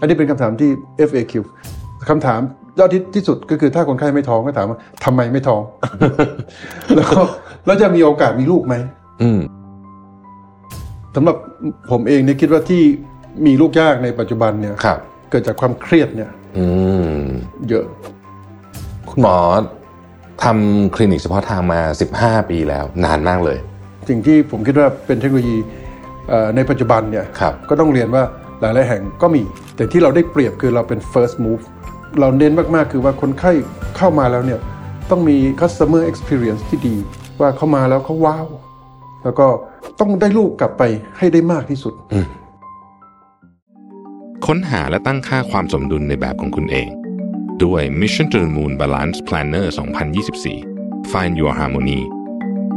อันนี้เป็นคำถามที่ FAQ คำถามยอดที่ที่สุดก็คือถ้าคนไข้ไม่ท้องก็ถามว่าทำไมไม่ท้อง แล้วก็แล้วจะมีโอกาสมีลูกไหม อืม สำหรับผมเองเนี่ยคิดว่าที่มีลูกยากในปัจจุบันเนี่ย ครับ เกิดจากความเครียดเนี่ย อืม เยอะ คุณหมอทำคลินิกเฉพาะทางมา 15 ปีแล้ว นานมากเลย สิ่งที่ผมคิดว่าเป็นเทคโนโลยีเอ่อในปัจจุบันเนี่ย ครับ ก็ต้องเรียนว่าหลายๆแห่งก็มี แต่ที่เราได้เปรียบคือเราเป็น first move เราเน้นมาก ๆ คือว่าคนไข้เข้ามาแล้วเนี่ย ต้องมี customer experience ที่ดี ว่าเข้ามาแล้วเขาว้าว แล้วก็ต้องได้ลูกกลับไปให้ได้มากที่สุด ค้นหาและตั้งค่าความสมดุลในแบบของคุณเอง ด้วย Mission to the Moon Balance Planner 2024 Find Your Harmony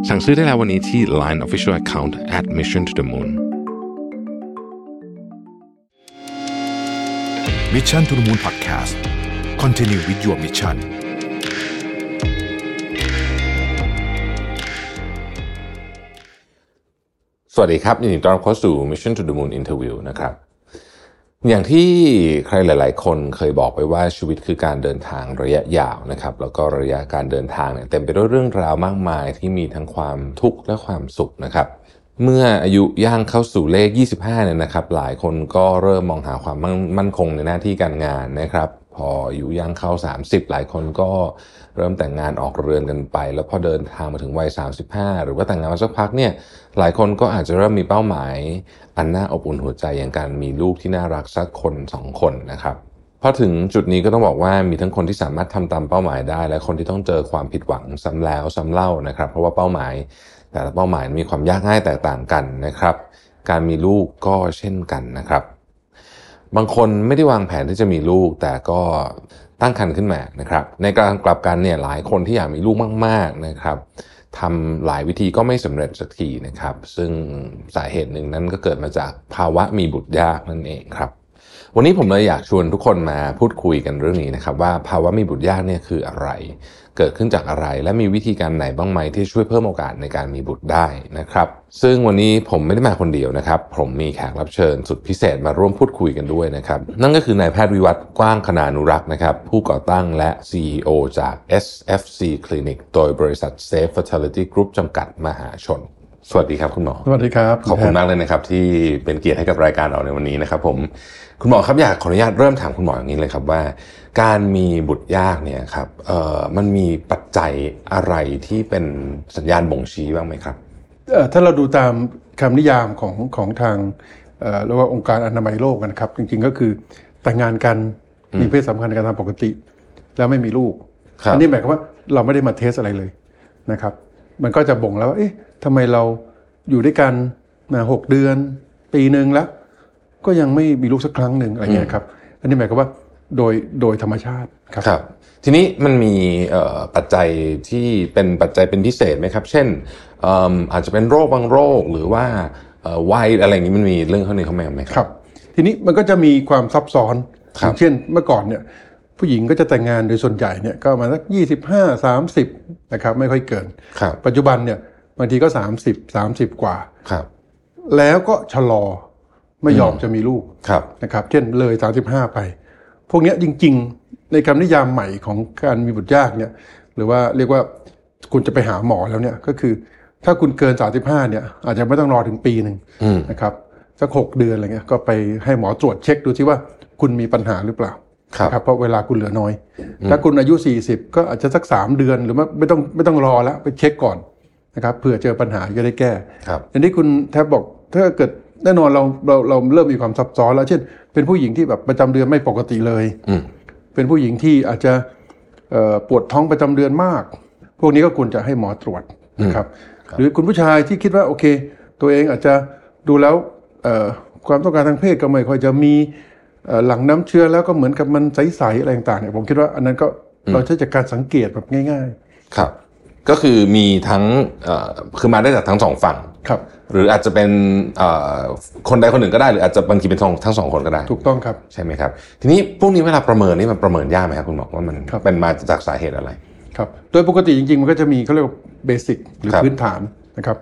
สั่งซื้อได้แล้ววันนี้ที่ Line Official Account at Mission to the Moon Mission to the Moon Podcast Continue with your mission สวัสดีครับ ยินดีต้อนรับเข้าสู่ Mission to the Moon Interview นะครับ อย่างที่ใครหลาย ๆ คนเคยบอกไปว่าชีวิตคือการเดินทางระยะยาวนะครับ แล้วก็ระยะการเดินทางเนี่ยเต็มไปด้วยเรื่องราวมากมายที่มีทั้งความทุกข์และความสุขนะครับ เมื่ออายุย่างเข้าสู่เลข 25เนี่ยนะครับ หลายคนก็เริ่มมองหาความมั่นมั่นคงในหน้าที่การงานนะครับ พออายุย่างเข้า 30 หลายคนก็เริ่มแต่งงานออกเรือนกันไป แล้วพอเดินทางมาถึงวัย 35 หรือว่าแต่งงานมาสักพักเนี่ย หลายคนก็อาจจะเริ่มมีเป้าหมาย อันน่าอบอุ่นหัวใจอย่างการมีลูกที่น่ารักสักคนสองคนนะครับพอถึงจุดนี้ก็ต้องบอกว่ามีทั้งคนที่สามารถทำตามเป้าหมายได้ และคนที่ต้องเจอความผิดหวังซ้ำแล้วซ้ำเล่านะครับ เพราะว่าเป้าหมาย แต่ละเป้าหมายมีความยากง่ายแตกต่างกันนะครับ การมีลูกก็เช่นกันนะครับ บางคนไม่ได้วางแผนที่จะมีลูกแต่ก็ตั้งครรภ์ขึ้นมานะครับ ในการกลับกันเนี่ยหลายคนที่อยากมีลูกมาก ๆนะครับทำหลายวิธีก็ไม่สำเร็จสักทีนะครับ ซึ่งสาเหตุหนึ่งนั้นก็เกิดมาจากภาวะมีบุตรยากนั่นเองครับ วันนี้ผมเลยอยากชวนทุกคนมาพูดคุยกันเรื่องนี้นะครับ ว่าภาวะมีบุตรยากเนี่ยคืออะไร เกิดขึ้นจากอะไรและมีวิธีการไหนบ้างไหมที่ช่วยเพิ่มโอกาสในการมีบุตรได้นะครับ ซึ่งวันนี้ผมไม่ได้มาคนเดียวนะครับ ผมมีแขกรับเชิญสุดพิเศษมาร่วมพูดคุยกันด้วยนะครับ นั่นก็คือนายแพทย์วิวัฒน์กว้างคณานุรักษ์นะครับ ผู้ก่อตั้งและ CEO จาก SFC Clinic โดยบริษัท Safe Fertility Group จำกัดมหาชน สวัสดีครับคุณหมอ สวัสดีครับ ขอบคุณมากเลยนะครับที่เป็นเกียรติให้กับรายการเราในวันนี้นะครับผมคุณหมอครับอยากขออนุญาตเริ่มถามคุณหมออย่างนี้เลยครับว่า การมีบุตรยากเนี่ยครับเอ่อมันมีปัจจัยอะไรที่เป็นสัญญาณบ่งชี้บ้างไหมครับ เอ่อถ้าเราดูตามคำนิยามของของทางเอ่อเรียกว่าองค์การอนามัยโลกนะครับ จริง ๆ ก็คือแต่งงานกันมีเพศสัมพันธ์กันตามปกติ แล้วไม่มีลูก ครับ อันี้หมายความว่าเราไม่ได้มาเทสอะไรเลยนะครับ มันก็จะบ่งแล้วว่าเอ๊ะทำไมเราอยู่ด้วยกันมาหกเดือน ปีหนึ่งแล้ว ก็ยังไม่มีลูกสักครั้งหนึ่งอะไรเงี้ยครับ อันนี้หมายความว่าโดยโดยธรรมชาติครับ ครับ ทีนี้มันมีเอ่อปัจจัยที่เป็นปัจจัยเป็นพิเศษไหมครับ เช่นเอิ่มอาจจะเป็นโรคบางโรคหรือว่าเอ่อวัยอะไรอย่างนี้มันมีเรื่องเข้าในเข้ามาไหมค ค รั รับ บทีนี้มันก็จะมีความซับซ้อน ค อ รัย่าบงเช่นเมื่อก่อนเนี่ยผู้หญิงก็จะแต่งงานโดยส่วนใหญ่เนี่ยก็ประมาณสักยี่สิบห้าสามสิบนะครับไม่ค่อยเกิน ครับ ปัจจุบันเนี่ยบางทีก็สามสิบสามสิบกว่า ครับ แล้วก็ชะลอไม่ยอมจะมีลูก ครับ นะครับเช่นเลยสามสิบห้าไป พวกเนี้ยจริงๆ ในคำนิยามใหม่ของการมีบุตรยากเนี่ยหรือว่าเรียกว่าคุณจะไปหาหมอแล้วเนี่ยก็คือถ้าคุณเกินสามสิบห้าเนี่ยอาจจะไม่ต้องรอถึงปีหนึ่ง อืม นะครับสักหกเดือนอะไรเงี้ยก็ไปให้หมอตรวจเช็คดูที่ว่าคุณมีปัญหาหรือเปล่า ครับ ครับเพราะเวลาคุณเหลือน้อย ถ้าคุณอายุ 40 ก็อาจจะสัก 3 เดือนหรือไม่ไม่ต้องไม่ต้องรอแล้วไปเช็คก่อนนะครับเผื่อเจอปัญหาจะได้แก้ ครับ อันนี้คุณแทบบอกถ้าเกิดแน่นอนเราเราเราเริ่มมีความซับซ้อนแล้วเช่น เป็นผู้หญิงที่แบบประจำเดือนไม่ปกติเลย อืม เป็นผู้หญิงที่อาจจะเอ่อปวดท้องประจำเดือนมาก พวกนี้ก็ควรจะให้หมอตรวจนะครับหรือคุณผู้ชายที่คิดว่าโอเค ตัวเองอาจจะดูแล้วเอ่อความต้องการทางเพศก็ไม่ค่อยจะมีเอ่อหลังน้ำเชื้อแล้วก็เหมือนกับมันใสๆอะไรต่างๆเนี่ยผมคิดว่าอันนั้นก็เราใช้จากการสังเกตแบบง่าย ครับ ก็คือมีทั้งเอ่อคือมาได้จากทั้งสองฝั่ง ๆ ครับ หรืออาจจะเป็นเอ่อคนใดคนหนึ่งก็ได้หรืออาจจะบางทีเป็นทั้งทั้งสองคนก็ได้ ถูกต้องครับ ใช่ไหมครับ ทีนี้พวกนี้เวลาประเมินนี่มันประเมินยากไหมครับคุณหมอว่ามัน ครับ เป็นมาจากสาเหตุอะไร ครับโดยปกติจริงๆ มันก็จะมีเขาเรียกว่าเบสิกหรือ ครับ พื้นฐานนะครับ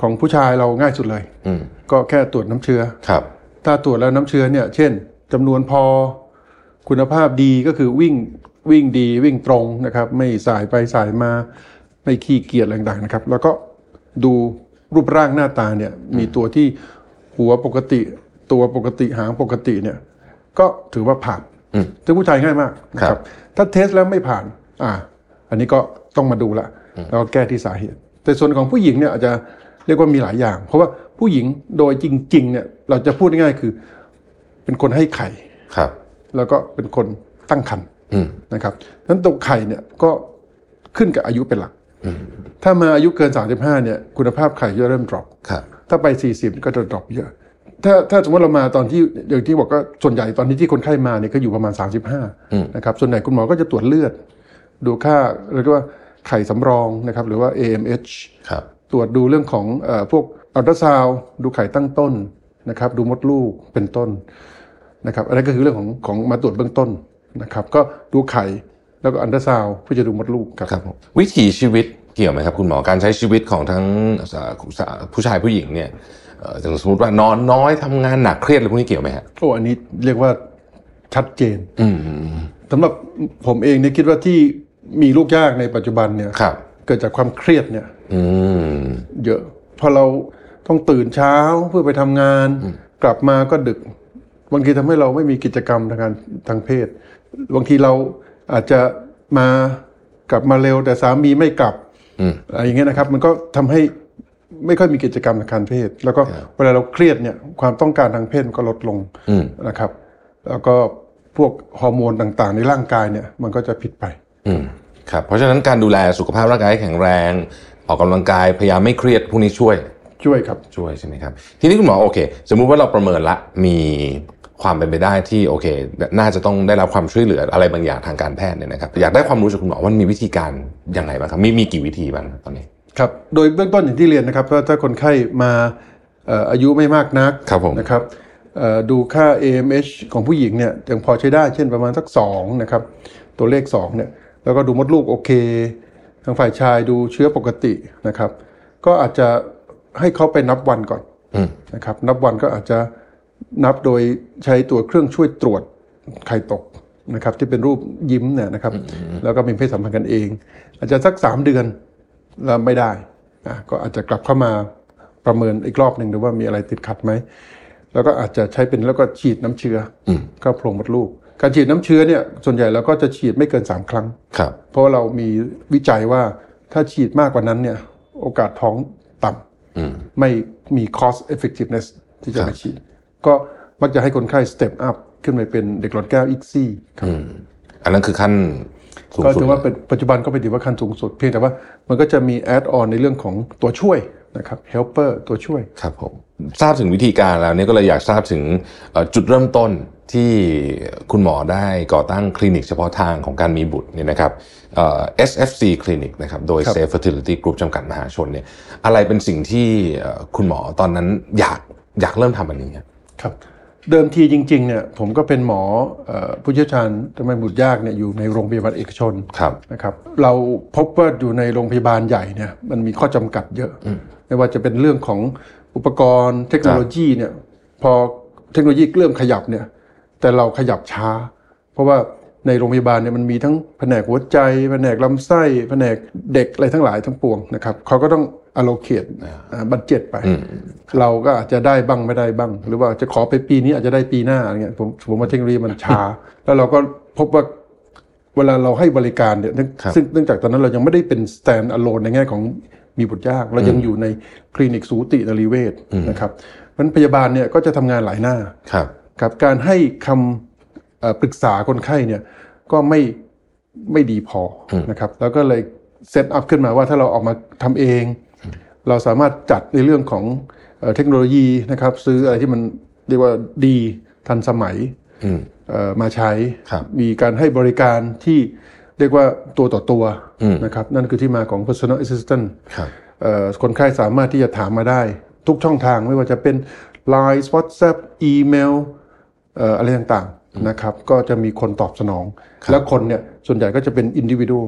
ของผู้ชายเราง่ายสุดเลย อืม ก็แค่ตรวจน้ำเชื้อ ครับ ถ้าตรวจแล้วน้ำเชื้อเนี่ย เช่น จำนวนพอ คุณภาพดีก็คือวิ่งวิ่งดีวิ่งตรงนะครับ ไม่สายไปสายมาไม่ขี้เกียจอะไรต่างๆนะครับ แล้วก็ดูรูปร่างหน้าตาเนี่ยมีตัวที่หัวปกติ ตัวปกติหางปกติเนี่ย ก็ถือว่าผ่านซึ่งผู้ชายง่ายมากนะค ครั รับ บ ถ้าเทสแล้วไม่ผ่าน อ่า อันนี้ก็ต้องมาดูละแล้วก็แก้ที่สาเหตุ แต่ส่วนของผู้หญิงเนี่ยอาจจะเรียกว่ามีหลายอย่าง เพราะว่าผู้หญิงโดยจริง ๆ เนี่ย เราจะพูดง่ายๆคือ เป็นคนให้ไข่ ครับ แล้วก็เป็นคนตั้งครรภ์ อืม นะครับฉะนั้นตัวไข่เนี่ยก็ขึ้นกับอายุเป็นหลัก ถ้ามาอายุเกิน 35 เนี่ย คุณภาพไข่จะเริ่ม drop ครับ ถ้าไป 40 ก็จะ drop เยอะ ถ้าถ้าสมมติเรามาตอนที่อย่างที่บอกก็ส่วนใหญ่ตอนนี้ที่คนไข้มาเนี่ยก็อยู่ประมาณ 35 นะครับ ส่วนใหญ่คุณหมอก็จะตรวจเลือด ดูค่าเรียกว่าไข่สำรองนะครับ หรือว่า AMH ครับ ตรวจดูเรื่องของเออพวกอัลตราซาวดูไข่ตั้งต้นนะครับดูมดลูกเป็นต้นนะครับอันนั้นก็คือเรื่องของของมาตรวจเบื้องต้นนะครับ ก็ดูไข่แล้วก็อัลตราซาวเพื่อจะดูมดลูกครับ ครับผมวิถีชีวิตเกี่ยวไหมครับ คุณหมอการใช้ชีวิตของทั้งสาสาผู้ชายผู้หญิงเนี่ยเอ่ออย่างสมมติว่านอนน้อยทำงานหนักเครียดอะไรพวกนี้เกี่ยวไหมฮะ โอ้อันนี้เรียกว่าชัดเจน อืม สำหรับผมเองเนี่ยคิดว่าที่มีลูกยากในปัจจุบันเนี่ย ครับ เกิดจากความเครียดเนี่ย อืม เยอะพอเราต้องตื่นเช้าเพื่อไปทำงาน กลับมาก็ดึก บางทีทำให้เราไม่มีกิจกรรมทางการทางเพศ บางทีเราอาจจะมากลับมาเร็วแต่สามีไม่กลับอะไรอย่างเงี้ยนะครับ มันก็ทำให้ไม่ค่อยมีกิจกรรมทางการเพศ แล้วก็เวลาเราเครียดเนี่ยความต้องการทางเพศมันก็ลดลงนะครับ แล้วก็พวกฮอร์โมนต่างๆ ในร่างกายเนี่ยมันก็จะผิดไป อืมครับเพราะฉะนั้นการดูแลสุขภาพร่างกายให้แข็งแรง ออกกำลังกายพยายามไม่เครียดพวกนี้ช่วย ช่วยครับ ช่วยใช่ไหมครับ ทีนี้คุณหมอโอเค สมมุติว่าเราประเมินละมีความเป็นไปได้ที่โอเค น่าจะต้องได้รับความช่วยเหลืออะไรบางอย่างทางการแพทย์เนี่ยนะครับอยากได้ความรู้จากคุณหมอว่ามีวิธีการยังไงบ้างครับมีมีกี่วิธีบ้างตอนนี้ ครับ โดยเบื้องต้นอย่างที่เรียนนะครับว่าถ้าคนไข้มาเอ่ออายุไม่มากนัก ครับผม นะครับเอ่อดูค่า AMH ของผู้หญิงเนี่ยยังพอใช้ได้เช่นประมาณสัก2นะครับตัวเลข2เนี่ยแล้วก็ดูมดลูกโอเค ทางฝ่ายชายดูเชื้อปกตินะครับ ก็อาจจะให้เขาไปนับวันก่อนนะครับนับวันก็อาจจะนับโดยใช้ตัวเครื่องช่วยตรวจไข่ตกนะครับที่เป็นรูปยิ้มเนี่ยนะครับ แล้วก็มีเพศสัมพันธ์กันเอง อาจจะสัก 3 เดือน แล้วไม่ได้อ่ะก็อาจจะกลับเข้ามาประเมินอีกรอบหนึ่งดูว่ามีอะไรติดขัดไหม แล้วก็อาจจะใช้เป็นแล้วก็ฉีดน้ำเชื้ออเข้าโพรงมดลูก การฉีดน้ำเชื้อเนี่ยส่วนใหญ่เราก็จะฉีดไม่เกิน 3 ครั้ง ครับ เพราะว่าเรามีวิจัยว่าถ้าฉีดมากกว่านั้นเนี่ยโอกาสท้องต่ำไม่มี cost effectiveness ที่จะไปฉีด ก็มักจะให้คนไข้ step up ขึ้นไปเป็นเด็กหลอดแก้วอีกซี่ครับ อันนั้นคือขั้นสูง ก็ สุด ถือว่าเป็นปัจจุบันก็เป็นถือว่าขั้นสูงสุด เพียงแต่ว่ามันก็จะมีแอดออนในเรื่องของตัวช่วยนะครับ helper ตัวช่วย ครับผมทราบถึงวิธีการแล้วเนี่ยก็เลยอยากทราบถึงเอ่อจุดเริ่มต้นที่คุณหมอได้ก่อตั้งคลินิกเฉพาะทางของการมีบุตรเนี่ยนะครับเอ่อ SFC คลินิกนะครับโดย ครับ Safe Fertility Group จำกัดมหาชนเนี่ยอะไรเป็นสิ่งที่เอ่อคุณหมอตอนนั้นอยากอยากเริ่มทำอันนี้ครับ ครับ เดิมทีจริงๆเนี่ยผมก็เป็นหมอเออผู้เชี่ยวชาญทำไมบุตรยากเนี่ยอยู่ในโรงพยาบาลเอกชน ครับ นะครับ เราพบว่าอยู่ในโรงพยาบาลใหญ่เนี่ยมันมีข้อจำกัดเยอะไม่ว่าจะเป็นเรื่องของอุปกรณ์เทคโนโลยีเนี่ยพอเทคโนโลยีเริ่มขยับเนี่ยแต่เราขยับช้า เพราะว่าในโรงพยาบาลเนี่ยมันมีทั้งแผนกหัวใจ แผนกลำไส้แผนกเด็กอะไรทั้งหลายทั้งปวงนะครับเขาก็ต้อง allocate บัตเจ็ตไป เราก็อาจจะได้บ้างไม่ได้บ้าง หรือว่าจะขอไปปีนี้อาจจะได้ปีหน้าอะไรเงี้ยผมผมว่าเทคโนโลยีมันช้า แล้วเราก็พบว่า เวลาเราให้บริการเนี่ยเนื่องซึ่งเนื่องจากตอนนั้นเรายังไม่ได้เป็น stand alone ในแง่ของมีบุตรยาก เรายังอยู่ในคลินิกสูตินรีเวชนะครับเพราะฉะนั้นพยาบาลเนี่ยก็จะทำงานหลายหน้า ครับ ครับการให้คำเอ่อปรึกษาคนไข้เนี่ยก็ไม่ไม่ดีพอนะครับแล้วก็เลยเซตอัพขึ้นมาว่าถ้าเราออกมาทำเอง เราสามารถจัดในเรื่องของเอ่อเทคโนโลยีนะครับ ซื้ออะไรที่มันเรียกว่าดีทันสมัยเอ่อมาใช้ มีการให้บริการที่เรียกว่าตัวต่อตัวนะครับนั่นคือที่มาของ personal assistant ครับ เอ่อคนไข้สามารถที่จะถามมาได้ ทุกช่องทางไม่ว่าจะเป็น Line WhatsApp อีเมลเอ่ออะไรต่างๆนะครับ ก็จะมีคนตอบสนอง แล้วคนเนี่ยส่วนใหญ่ก็จะเป็นอินดิวิ u a l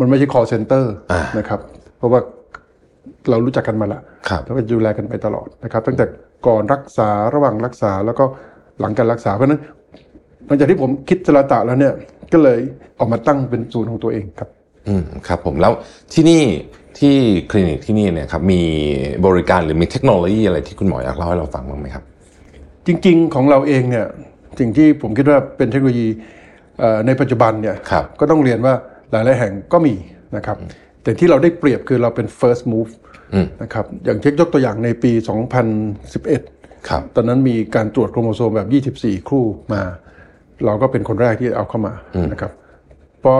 มันไม่ใช่ call center นะครับ เพราะว่าเรารู้จักกันมาละ ครับ แล้วก็ดูแลกันไปตลอดนะครับ ตั้งแต่ก่อนรักษาระหว่างรักษาแล้วก็หลังการรักษาเพราะฉะนั้น หลังจากที่ผมคิดสลาตะแล้วเนี่ยก็เลยออกมาตั้งเป็นศูนย์ของตัวเองครับ อืมครับผมแล้วที่นี่ที่คลินิกที่นี่เนี่ยครับมีบริการหรือมีเทคโนโลยีอะไรที่คุณหมออยากเล่าให้เราฟังบ้างไหมครับ จริง ๆ ของเราเองเนี่ยสิ่งที่ผมคิดว่าเป็นเทคโนโลยีเอ่อในปัจจุบันเนี่ย ครับ ก็ต้องเรียนว่าหลาย ๆ แห่งก็มีนะครับ แต่ที่เราได้เปรียบคือเราเป็น first move นะครับอย่างเช็คยกตัวอย่างในปี 2011 ครับ ตอนนั้นมีการตรวจโครโมโซมแบบ 24 คู่มา เราก็เป็นคนแรกที่เอาเข้ามานะครับพอ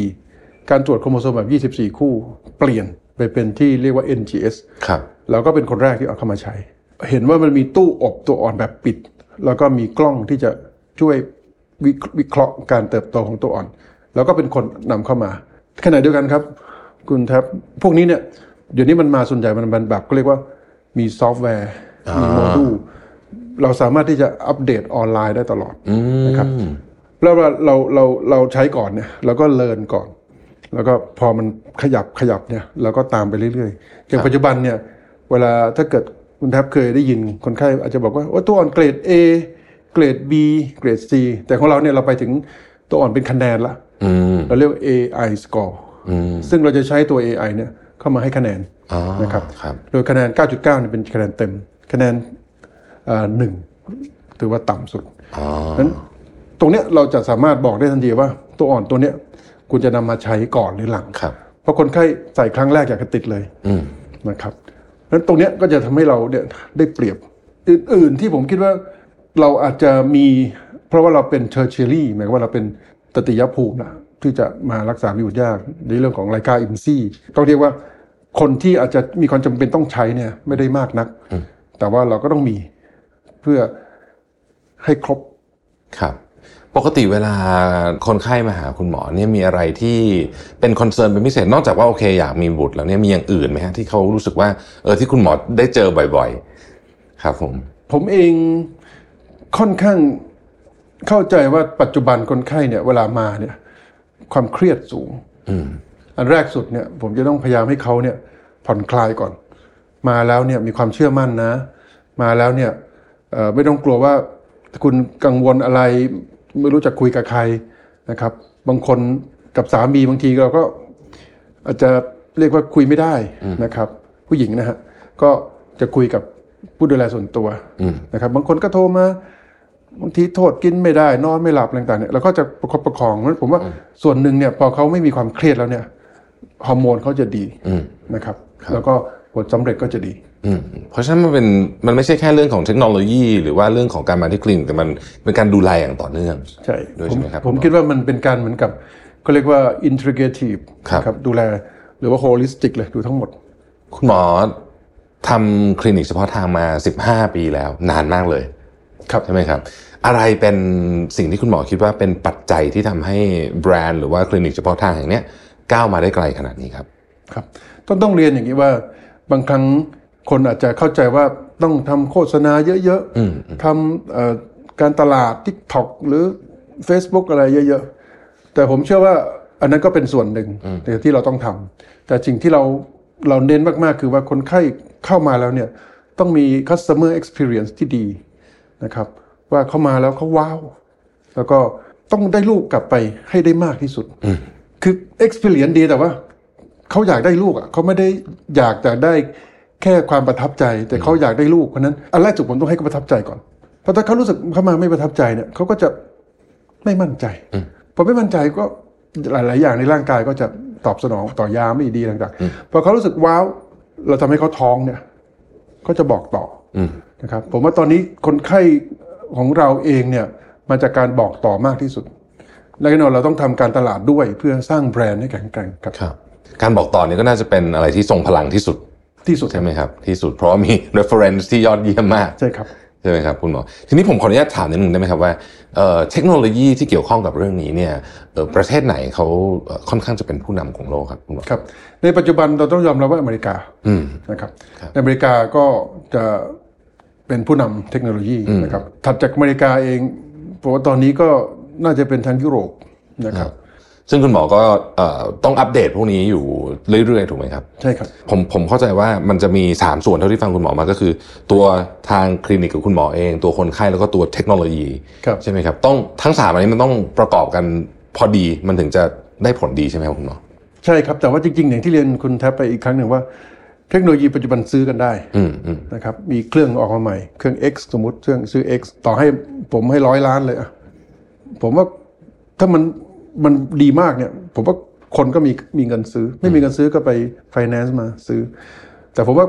2014 การตรวจโครโมโซมแบบ 24 คู่ เปลี่ยนไปเป็นที่เรียกว่า NGS ครับ เราก็เป็นคนแรกที่เอาเข้ามาใช้ เห็นว่ามันมีตู้อบตัวอ่อนแบบปิด แล้วก็มีกล้องที่จะช่วยวิวิเคราะห์การเติบโตของตัวอ่อน แล้วก็เป็นคนนำเข้ามาขณะเดียวกันครับ คุณแท็บพวกนี้เนี่ยเดี๋ยวนี้มันมาส่วนใหญ่มันมันแบบก็เรียกว่ามีซอฟต์แวร์ มีโมดูลเราสามารถที่จะอัปเดตออนไลน์ได้ตลอดนะครับ แล้วเราเราเราเราใช้ก่อนเนี่ยเราก็เลิร์นก่อน แล้วก็พอมันขยับขยับเนี่ยเราก็ตามไปเรื่อยๆอย่างปัจจุบันเนี่ยเวลาถ้าเกิดคุณแทบเคยได้ยินคนไข้อาจจะบอกว่าโอ้ตัวอ่อนเกรด A เกรด B เกรด C แต่ของเราเนี่ยเราไปถึงตัวอ่อนเป็นคะแนนละเราเรียกว่า AI score ซึ่งเราจะใช้ตัว AI เนี่ยเข้ามาให้คะแนน อ๋อ นะครับ ครับ โดยคะแนน 9.9เนี่ยเป็นคะแนนเต็ม คะแนนเอ่อหนึ่งถือว่าต่ำสุดนั้นตรงเนี้ยเราจะสามารถบอกได้ทันทีว่าตัวอ่อนตัวเนี้ยคุณจะนำมาใช้ก่อนหรือหลัง ครับ เพราะคนไข้ใส่ครั้งแรกอยากจะติดเลยนะครับนั้นตรงเนี้ยก็จะทำให้เราเนี่ยได้เปรียบ อื่นๆที่ผมคิดว่าเราอาจจะมี เพราะว่าเราเป็นเชอร์เชอรี่หมายความว่าเราเป็นตติยภูมินะที่จะมารักษาพิวดยากในเรื่องของรายการอิมซี่ต้องเรียกว่าคนที่อาจจะมีความจำเป็นต้องใช้เนี่ยไม่ได้มากนัก แต่ว่าเราก็ต้องมีเพื่อให้ครบ ครับ ปกติเวลาคนไข้มาหาคุณหมอเนี่ยมีอะไรที่เป็นคอนเซิร์นเป็นพิเศษนอกจากว่าโอเคอยากมีบุตรแล้วเนี่ยมีอย่างอื่นไหมฮะที่เขารู้สึกว่าเออที่คุณหมอได้เจอบ่อย ๆ ครับผม ผมเองค่อนข้างเข้าใจว่าปัจจุบันคนไข้เนี่ย เวลามาเนี่ย ความเครียดสูงอันแรกสุดเนี่ย ผมจะต้องพยายามให้เขาเนี่ย ผ่อนคลายก่อน มาแล้วเนี่ยมีความเชื่อมั่นนะ มาแล้วเนี่ยเอ่อไม่ต้องกลัวว่าคุณกังวลอะไร ไม่รู้จะคุยกับใครนะครับ บางคนกับสามีบางทีเราก็ อาจจะเรียกว่าคุยไม่ได้นะครับ ผู้หญิงนะฮะก็จะคุยกับผู้ดูแลส่วนตัวนะครับ บางคนก็โทรมาบางทีโทษกินไม่ได้นอนไม่หลับอะไรต่างๆเนี่ยเราก็จะประคบประคองเพราะฉะนั้นผมว่าส่วนหนึ่งเนี่ยพอเขาไม่มีความเครียดแล้วเนี่ยฮอร์โมนเขาจะดีนะครับ แล้วก็ผลสำเร็จก็จะดี อืมเพราะฉะนั้นมันเป็นมันไม่ใช่แค่เรื่องของเทคโนโลยี หรือว่าเรื่องของการมาที่คลินิกแต่มันเป็นการดูแลอย่างต่อเนื่อง ใช่ ด้วย ผ ใช่ ม ไหมครับ ผม คุณหมอ คิดว่ามันเป็นการเหมือนกับก็เรียกว่า integrative ครับ นะดูแลหรือว่า holistic เลยดูทั้งหมด คุณหมอทำคลินิกเฉพาะทางมา 15 ปีแล้ว นานมากเลย ครับ ใช่ไหมครับ อะไรเป็นสิ่งที่คุณหมอคิดว่าเป็นปัจจัยที่ทำให้แบรนด์หรือว่าคลินิกเฉพาะทางแห่งเนี้ยก้าวมาได้ไกลขนาดนี้ครับ ครับต้องต้องเรียนอย่างนี้ว่าบางครั้งคนอาจจะเข้าใจว่าต้องทำโฆษณาเยอะๆทำเอ่อการตลาด TikTok หรือ Facebook อะไรเยอะๆ แต่ผมเชื่อว่าอันนั้นก็เป็นส่วนหนึ่งแต่ที่เราต้องทำแต่สิ่งที่เราเราเน้นมากๆ คือว่าคนไข้เข้ามาแล้วเนี่ยต้องมี customer experience ที่ดีนะครับ ว่าเข้ามาแล้วเขาว้าว แล้วก็ต้องได้ลูกกลับไปให้ได้มากที่สุด คือ experience ดีแต่ว่า เขาอยากได้ลูกอ่ะเขาไม่ได้อยากแต่ได้แค่ความประทับใจ แต่เขาอยากได้ลูกเพราะฉะนั้นอันแรกสุดผมต้องให้เขาประทับใจก่อนเพราะถ้าเขารู้สึกเขามาไม่ประทับใจเนี่ยเขาก็จะไม่มั่นใจพอไม่มั่นใจก็หลาย ๆ อย่างในร่างกายก็จะตอบสนองต่อยาไม่ดีต่างๆพอเขารู้สึกว้าว เราทำให้เขาท้องเนี่ย ก็จะบอกต่ออนะครับ ผมว่าตอนนี้คนไข้ของเราเองเนี่ยมาจากการบอกต่อมากที่สุดและแน่นอนเราต้องทำการตลาดด้วยเพื่อสร้างแบรนด์ให้แข็งแกร่งครับ การบอกต่อเนี่ยก็น่าจะเป็นอะไรที่ทรงพลังที่สุด ที่สุด ใช่ไหมครับ ที่สุดเพราะว่ามี reference ที่ยอดเยี่ยมมาก ใช่ครับ ใช่ไหมครับคุณหมอทีนี้ผมขออนุญาตถามนิดนึงได้ไหมครับว่าเอ่อเทคโนโลยีที่เกี่ยวข้องกับเรื่องนี้เนี่ยเอ่อประเทศไหนเขาเอ่อค่อนข้างจะเป็นผู้นำของโลกครับคุณหมอ ครับในปัจจุบันเราต้องยอมรับว่าอเมริกานะครับในอเมริกาก็จะเป็นผู้นำเทคโนโลยีนะครับถัดจากอเมริกาเองผมว่าตอนนี้ก็น่าจะเป็นทางยุโรปนะครับ ซึ่งคุณหมอก็เอ่อต้องอัปเดตพวกนี้อยู่เรื่อยๆ ถูกไหมครับ ใช่ครับ ผมผมเข้าใจว่ามันจะมี 3 ส่วนเท่าที่ฟังคุณหมอมาก็คือ ตัวทางคลินิกกับคุณหมอเอง ตัวคนไข้แล้วก็ตัวเทคโนโลยี ครับ ใช่ไหมครับต้องทั้ง 3 อันนี้มันต้องประกอบกันพอดีมันถึงจะได้ผลดีใช่ไหมครับคุณหมอ ใช่ครับแต่ว่าจริงๆ อย่างที่เรียนคุณแทบไปอีกครั้งหนึ่งว่า เทคโนโลยีปัจจุบันซื้อกันได้ อืมอืม นะครับมีเครื่องออกมาใหม่เครื่อง X สมมติเครื่องซื้อ X ต่อให้ผมให้ร้อยล้านเลยอะผมว่าถ้ามันมันดีมากเนี่ย ผมว่าคนก็มีมีเงินซื้อ ไม่มีเงินซื้อก็ไป finance มาซื้อ แต่ผมว่า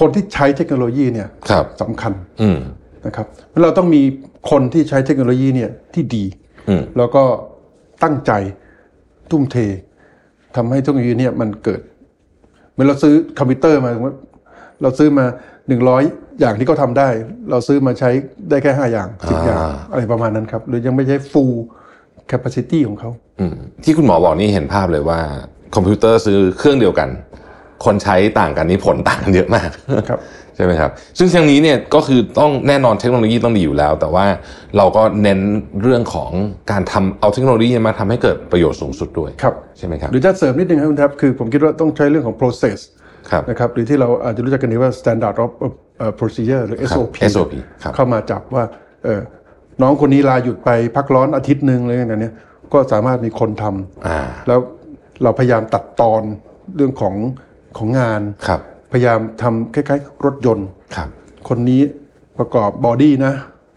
คนที่ใช้เทคโนโลยีเนี่ย ครับ สำคัญ อืม นะครับเราต้องมีคนที่ใช้เทคโนโลยีเนี่ยที่ดี อืม แล้วก็ตั้งใจทุ่มเททำให้เทคโนโลยีเนี่ยมันเกิดเหมือนเราซื้อคอมพิวเตอร์มาสมมติเราซื้อมาหนึ่งร้อยอย่างที่เขาทำได้ เราซื้อมาใช้ได้แค่ห้าอย่างสิบอย่าง อะไรประมาณนั้นครับ หรือยังไม่ใช้ full capacity ของเขา อืมที่คุณหมอบอกนี่เห็นภาพเลยว่า คอมพิวเตอร์ซื้อเครื่องเดียวกัน คนใช้ต่างกันนี่ผลต่างกันเยอะมาก ครับ ใช่ไหมครับ ซึ่งทางนี้เนี่ยก็คือต้องแน่นอนเทคโนโลยีต้องดีอยู่แล้ว แต่ว่าเราก็เน้นเรื่องของการทำเอาเทคโนโลยีมาทำให้เกิดประโยชน์สูงสุดด้วย ครับ ใช่ไหมครับ หรือจะเสริมนิดนึงครับคุณแท็บคือผมคิดว่าต้องใช้เรื่องของ process ครับ นะครับหรือที่เราอาจจะรู้จักกันดีว่า standard of เอ่อ procedure หรือ ครับ SOP SOP ครับ เข้ามาจับว่าเอ่อน้องคนนี้ลาหยุดไปพักร้อนอาทิตย์หนึ่งอะไรอย่างเงี้ยก็สามารถมีคนทำ อ่า แล้วเราพยายามตัดตอนเรื่องของของงาน ครับ พยายามทำคล้ายๆ รถยนต์ ครับ คนนี้ประกอบบอดี้นะ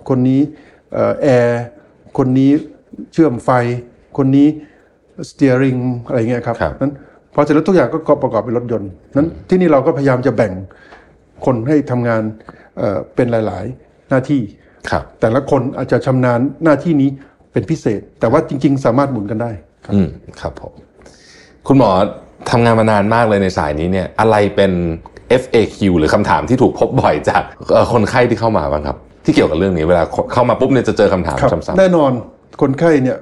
คนนี้เอ่อแอร์ คนนี้เชื่อมไฟ คนนี้สเตียริงอะไรเงี้ยครับนั้นพอเสร็จแล้วทุกอย่างก็ประกอบเป็นรถยนต์ นั้นที่นี่เราก็พยายามจะแบ่งคนให้ทำงานเอ่อเป็นหลาย ๆ หน้าที่ ครับ แต่ละคนอาจจะชำนาญหน้าที่นี้เป็นพิเศษ แต่ว่าจริง ๆ สามารถหมุนกันได้ อืมครับผมคุณหมอทำงานมานานมากเลยในสายนี้เนี่ย อะไรเป็น FAQ หรือคำถามที่ถูกพบบ่อยจาก เอ่อคนไข้ที่เข้ามาบ้างครับ ที่เกี่ยวกับเรื่องนี้เวลาเข้ามาปุ๊บเนี่ยจะเจอคำถาม ครับ ซ้ำ แน่นอนคนไข้เนี่ย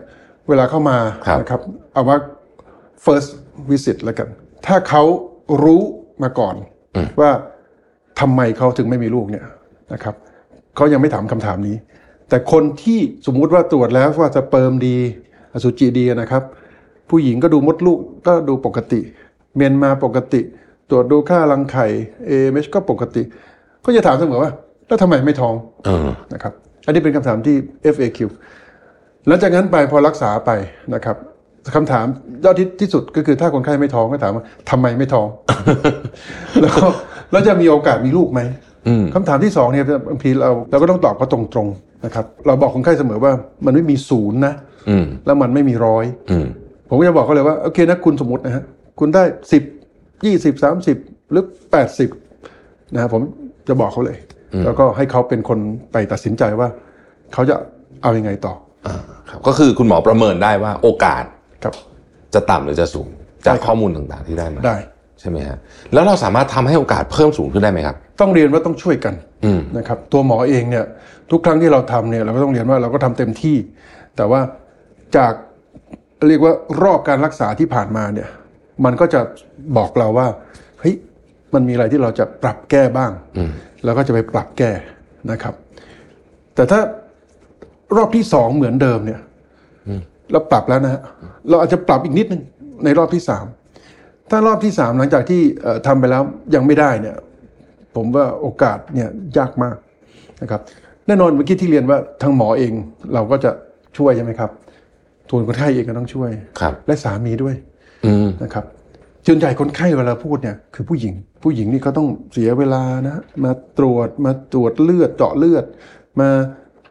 เวลาเข้ามา ครับ นะครับเอาว่า first visit แล้วกัน ถ้าเขารู้มาก่อนว่าทำไมเขาถึงไม่มีลูกเนี่ยนะครับเขายังไม่ถามคำถามนี้ แต่คนที่สมมุติว่าตรวจแล้วว่าสเปิร์มดีอสุจิดีนะครับ ผู้หญิงก็ดูมดลูกก็ดูปกติ เมียนมาปกติ ตรวจดูค่ารังไข่เอเมชก็ปกติก็จะถามเสมอว่าแล้วทำไมไม่ท้อง ๆเออ นะครับอันนี้เป็นคำถามที่ FAQ หลังจากนั้นไปพอรักษาไปนะครับคำถามยอดที่ที่สุดก็คือถ้าคนไข้ไม่ท้องก็ถามว่าทำไมไม่ท้อง แล้วก็แล้วจะมีโอกาสมีลูกไหมคำถามที่สองเนี่ยบางทีเราเราก็ต้องตอบเขาตรงๆนะครับ เราบอกคนไข้เสมอว่ามันไม่มีศูนย์นะ อืม แล้วมันไม่มีร้อย อืม ผมก็จะบอกเขาเลยว่าโอเคนะคุณสมมตินะฮะคุณได้สิบยี่สิบสามสิบหรือแปดสิบ นะผมจะบอกเขาเลย แล้วก็ให้เขาเป็นคนไปตัดสินใจว่า เขาจะเอายังไงต่อ อ่าครับก็คือคุณหมอประเมินได้ว่าโอกาส ครับ จะต่ำหรือจะสูง จาก ใช่ครับ ข้อมูลต่างๆที่ได้มา ได้ ใช่ไหมฮะแล้วเราสามารถทำให้โอกาสเพิ่มสูงขึ้นได้ไหมครับ ต้องเรียนว่าต้องช่วยกัน อืม นะครับ ตัวหมอเองเนี่ย ทุกครั้งที่เราทำเนี่ยเราก็ต้องเรียนว่าเราก็ทำเต็มที่ แต่ว่าจากเรียกว่ารอบการรักษาที่ผ่านมาเนี่ย มันก็จะบอกเราว่าเฮ้ยมันมีอะไรที่เราจะปรับแก้บ้างแล้วก็จะไปปรับแก้นะครับ แต่ถ้ารอบที่สองเหมือนเดิมเนี่ยเราปรับแล้วนะฮะเราอาจจะปรับอีกนิดนึงในรอบที่สามถ้ารอบที่สามหลังจากที่เอ่อทำไปแล้วยังไม่ได้เนี่ย ผมว่าโอกาสเนี่ยยากมากนะครับ แน่นอนเมื่อกี้ที่เรียนว่าทางหมอเองเราก็จะช่วยใช่ไหมครับส่วนคนไข้เองก็ต้องช่วย ครับ และสามีด้วย อืม นะครับส่วนใหญ่คนไข้เวลาพูดเนี่ยคือผู้หญิง ผู้หญิงนี่เขาต้องเสียเวลานะมาตรวจมาตรวจเลือดเจาะเลือด มา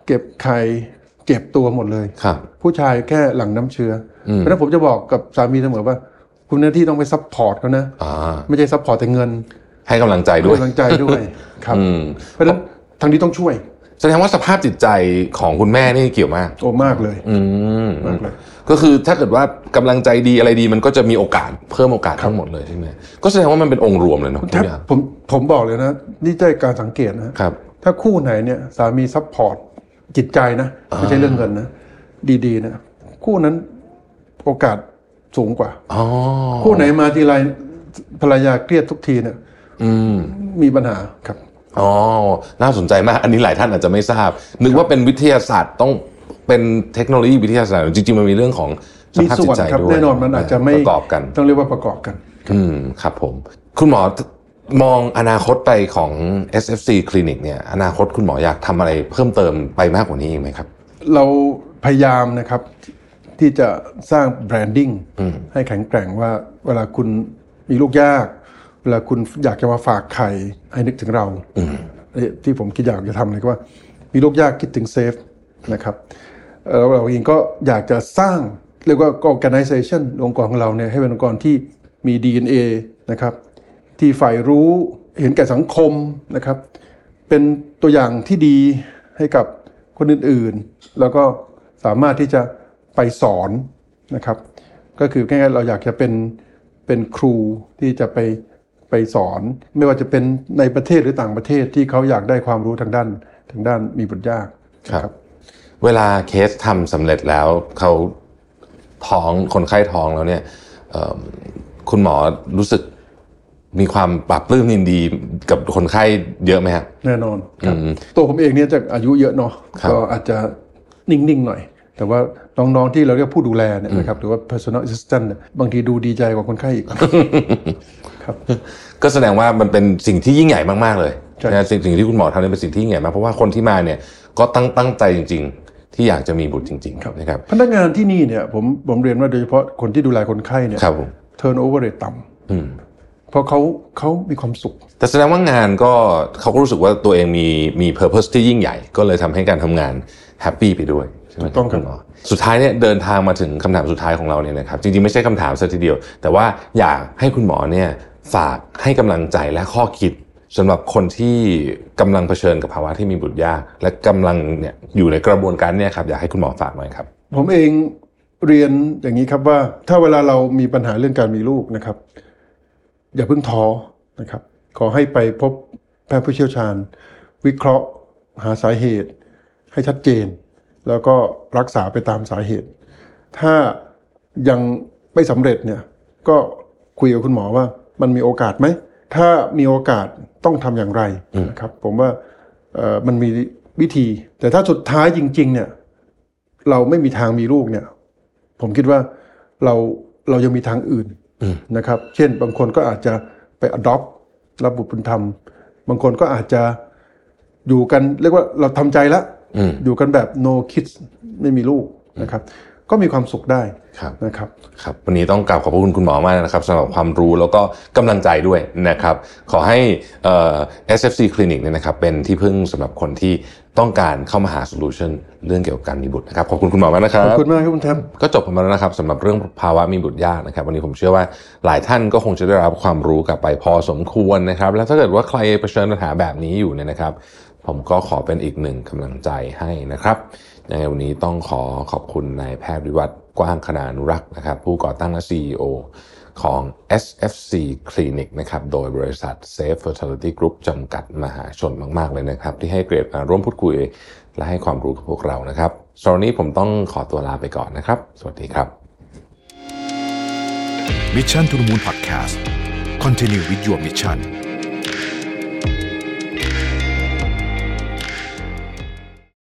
เก็บไข่เจ็บตัวหมดเลย ครับ ผู้ชายแค่หลังน้ำเชื้ออเพราะฉะนั้นผมจะบอกกับสามีเสมอว่า คุณหน้าที่ต้องไปซัพพอร์ตเขานะ อ่า ไม่ใช่ซัพพอร์ตแต่เงิน ให้กำลังใจด้วย กำลังใจด้วยครับ อืม เพราะฉะนั้นทางนี้ต้องช่วย แสดงว่าสภาพจิตใจของคุณแม่นี่เกี่ยวมาก โอ้มากเลย อืม มากเลย ก็คือถ้าเกิดว่ากำลังใจดีอะไรดีมันก็จะมีโอกาสเพิ่มโอกาสทั้งหมดเลยใช่ไหมก็แสดงว่ามันเป็นองค์รวมเลยเนาะทุ ถ้าก อย่าง ผมผมบอกเลยนะ นี่ได้การสังเกตนะ ครับ ถ้าคู่ไหนเนี่ยสามีซัพพอร์ตจิตใจนะ ไม่ใช่เรื่องเงินนะ ดีๆนะ คู่นั้นโอกาสสูงกว่า อ๋อ คู่ไหนมาทีไรภรรยาเครียดทุกทีเนี่ย อืม มีปัญหาครับ อ๋อ น่าสนใจมาก อันนี้หลายท่านอาจจะไม่ทราบ นึกว่าเป็นวิทยาศาสตร์ต้องเป็นเทคโนโลยีวิทยาศาสตร์ จริงๆ มันมีเรื่องของ ส มี ภาพ ส่ จิต วน ใจ ครับ ด้วย แน่นอนมันอาจจะไม่ ประกอบกัน ต้องเรียกว่าประกอบกัน อืมครับผม คุณหมอมองอนาคตไปของ SFC คลินิกเนี่ย อนาคตคุณหมออยากทำอะไรเพิ่มเติมไปมากกว่านี้อีกไหมครับ เราพยายามนะครับที่จะสร้างแบรนดิ้งให้แข็งแกร่งว่าเวลาคุณมีลูกยาก เวลาคุณอยากจะมาฝากไข่ให้นึกถึงเราเอ่อที่ผมคิดอยากจะทำเลยก็ว่า มีลูกยากคิดถึงเซฟนะครับเอ่อแล้วเราเองก็อยากจะสร้างเรียกว่า organization องค์กรของเราเนี่ยให้เป็นองค์กรที่มี DNA นะครับ ที่ฝ่ายรู้เห็นแก่สังคมนะครับ เป็นตัวอย่างที่ดีให้กับคนอื่นๆ แล้วก็สามารถที่จะไปสอนนะครับ ก็คือง่ายๆเราอยากจะเป็นเป็นครูที่จะไปไปสอน ไม่ว่าจะเป็นในประเทศหรือต่างประเทศที่เขาอยากได้ความรู้ทางด้านทางด้านมีบุตรยาก ครับ นะ เวลาเคสทำสำเร็จแล้วเขาท้องคนไข้ท้องแล้วเนี่ยเอิ่มคุณหมอรู้สึกมีความปรับปลื้มยินดีกับคนไข้เยอะไหมครับ แน่นอนครับตัวผมเองเนี่ยจากอายุเยอะเนาะ ครับ ก็อาจจะนิ่ง ๆ หน่อย แต่ว่าน้อง ๆ ที่เราเรียกผู้ดูแลเนี่ยนะครับหรือว่า personal assistant เนี่ยบางทีดูดีใจกว่าคนไข้อีก ครับ ก็แสดงว่ามันเป็นสิ่งที่ยิ่งใหญ่มาก ๆ เลย ใช่ นะสิ่งสิ่งที่คุณหมอทำเนี่ยเป็นสิ่งที่ยิ่งใหญ่มากเพราะว่าคนที่มาเนี่ยก็ตั้งตั้งใจจริง ๆ ที่อยากจะมีบุตรจริงๆนะครับ พนักงานที่นี่เนี่ยผมผมเรียนว่าโดยเฉพาะคนที่ดูแลคนไข้เนี่ย ครับผม turnover rate ต่ อืม ำเพราะเขาเขามีความสุข แต่แสดงว่างานก็เขาก็รู้สึกว่าตัวเองมีมีเพอร์เพสที่ยิ่งใหญ่ ก็เลยทำให้การทำงานแฮปปี้ไปด้วยใช่ไหม ถูกต้องครับ ณหมสุดท้ายเนี่ยเดินทางมาถึงคำถามสุดท้ายของเราเนี่ยนะครับจริงๆไม่ใช่คำถามซะทีเดียว แต่ว่าอยากให้คุณหมอเนี่ยฝากให้กำลังใจและข้อคิดสำหรับคนที่กำลังเผชิญกับภาวะที่มีบุตรยาก และกำลังเนี่ยอยู่ในกระบวนการเนี่ยครับอยากให้คุณหมอฝากหน่อยครับ ผมเองเรียนอย่างนี้ครับว่าถ้าเวลาเรามีปัญหาเรื่องการมีลูกนะครับ อย่าเพิ่งท้อนะครับ ขอให้ไปพบแพทย์ผู้เชี่ยวชาญ วิเคราะห์หาสาเหตุ ให้ชัดเจน แล้วก็รักษาไปตามสาเหตุ ถ้ายังไม่สำเร็จเนี่ยก็คุยกับคุณหมอว่ามันมีโอกาสไหม ถ้ามีโอกาสต้องทำอย่างไรนะครับผมว่าเอ่อมันมีวิธี แต่ถ้าสุดท้ายจริง ๆ เนี่ย เราไม่มีทางมีลูกเนี่ย ผมคิดว่าเราเรายังมีทางอื่นนะครับ เช่นบางคนก็อาจจะไป adopt รับบุตรบุญธรรม บางคนก็อาจจะอยู่กันเรียกว่าเราทำใจแล้วอยู่กันแบบ no kids ไม่มีลูกนะครับ ก็มีความสุขได้ ครับ นะครับ ครับวันนี้ต้องกราบขอบพระคุณคุณหมอมากนะครับสำหรับความรู้แล้วก็กำลังใจด้วยนะครับ ขอให้เอ่อ SFC Clinic เนี่ยนะครับเป็นที่พึ่งสำหรับคนที่ต้องการเข้ามาหาโซลูชันเรื่องเกี่ยวกับการมีบุตรนะครับขอบคุณคุณหมอมากนะครับ ขอบคุณมากครับคุณแทม ก็จบกันมาแล้วนะครับสำหรับเรื่องภาวะมีบุตรยากนะครับ วันนี้ผมเชื่อว่าหลายท่านก็คงจะได้รับความรู้กลับไปพอสมควรนะครับ แล้วถ้าเกิดว่าใครเผชิญปัญหาแบบนี้อยู่เนี่ยนะครับ ผมก็ขอเป็นอีกหนึ่งกำลังใจให้นะครับยังไงวันนี้ต้องขอขอบคุณนายแพทย์วิวัฒน์กว้างคณานุรักษ์นะครับ ผู้ก่อตั้งและ CEO ของ SFC Clinic นะครับ โดยบริษัท Safe Fertility Group จำกัดมหาชนมาก ๆ เลยนะครับ ที่ให้เกรดมาร่วมพูดคุย และให้ความรู้กับพวกเรานะครับสำหรับวันนี้ผมต้องขอตัวลาไปก่อนนะครับ สวัสดีครับ มิชชั่นทุ h มูลพอดแคสต์คอนเทนิววิดีโอมิชชั่น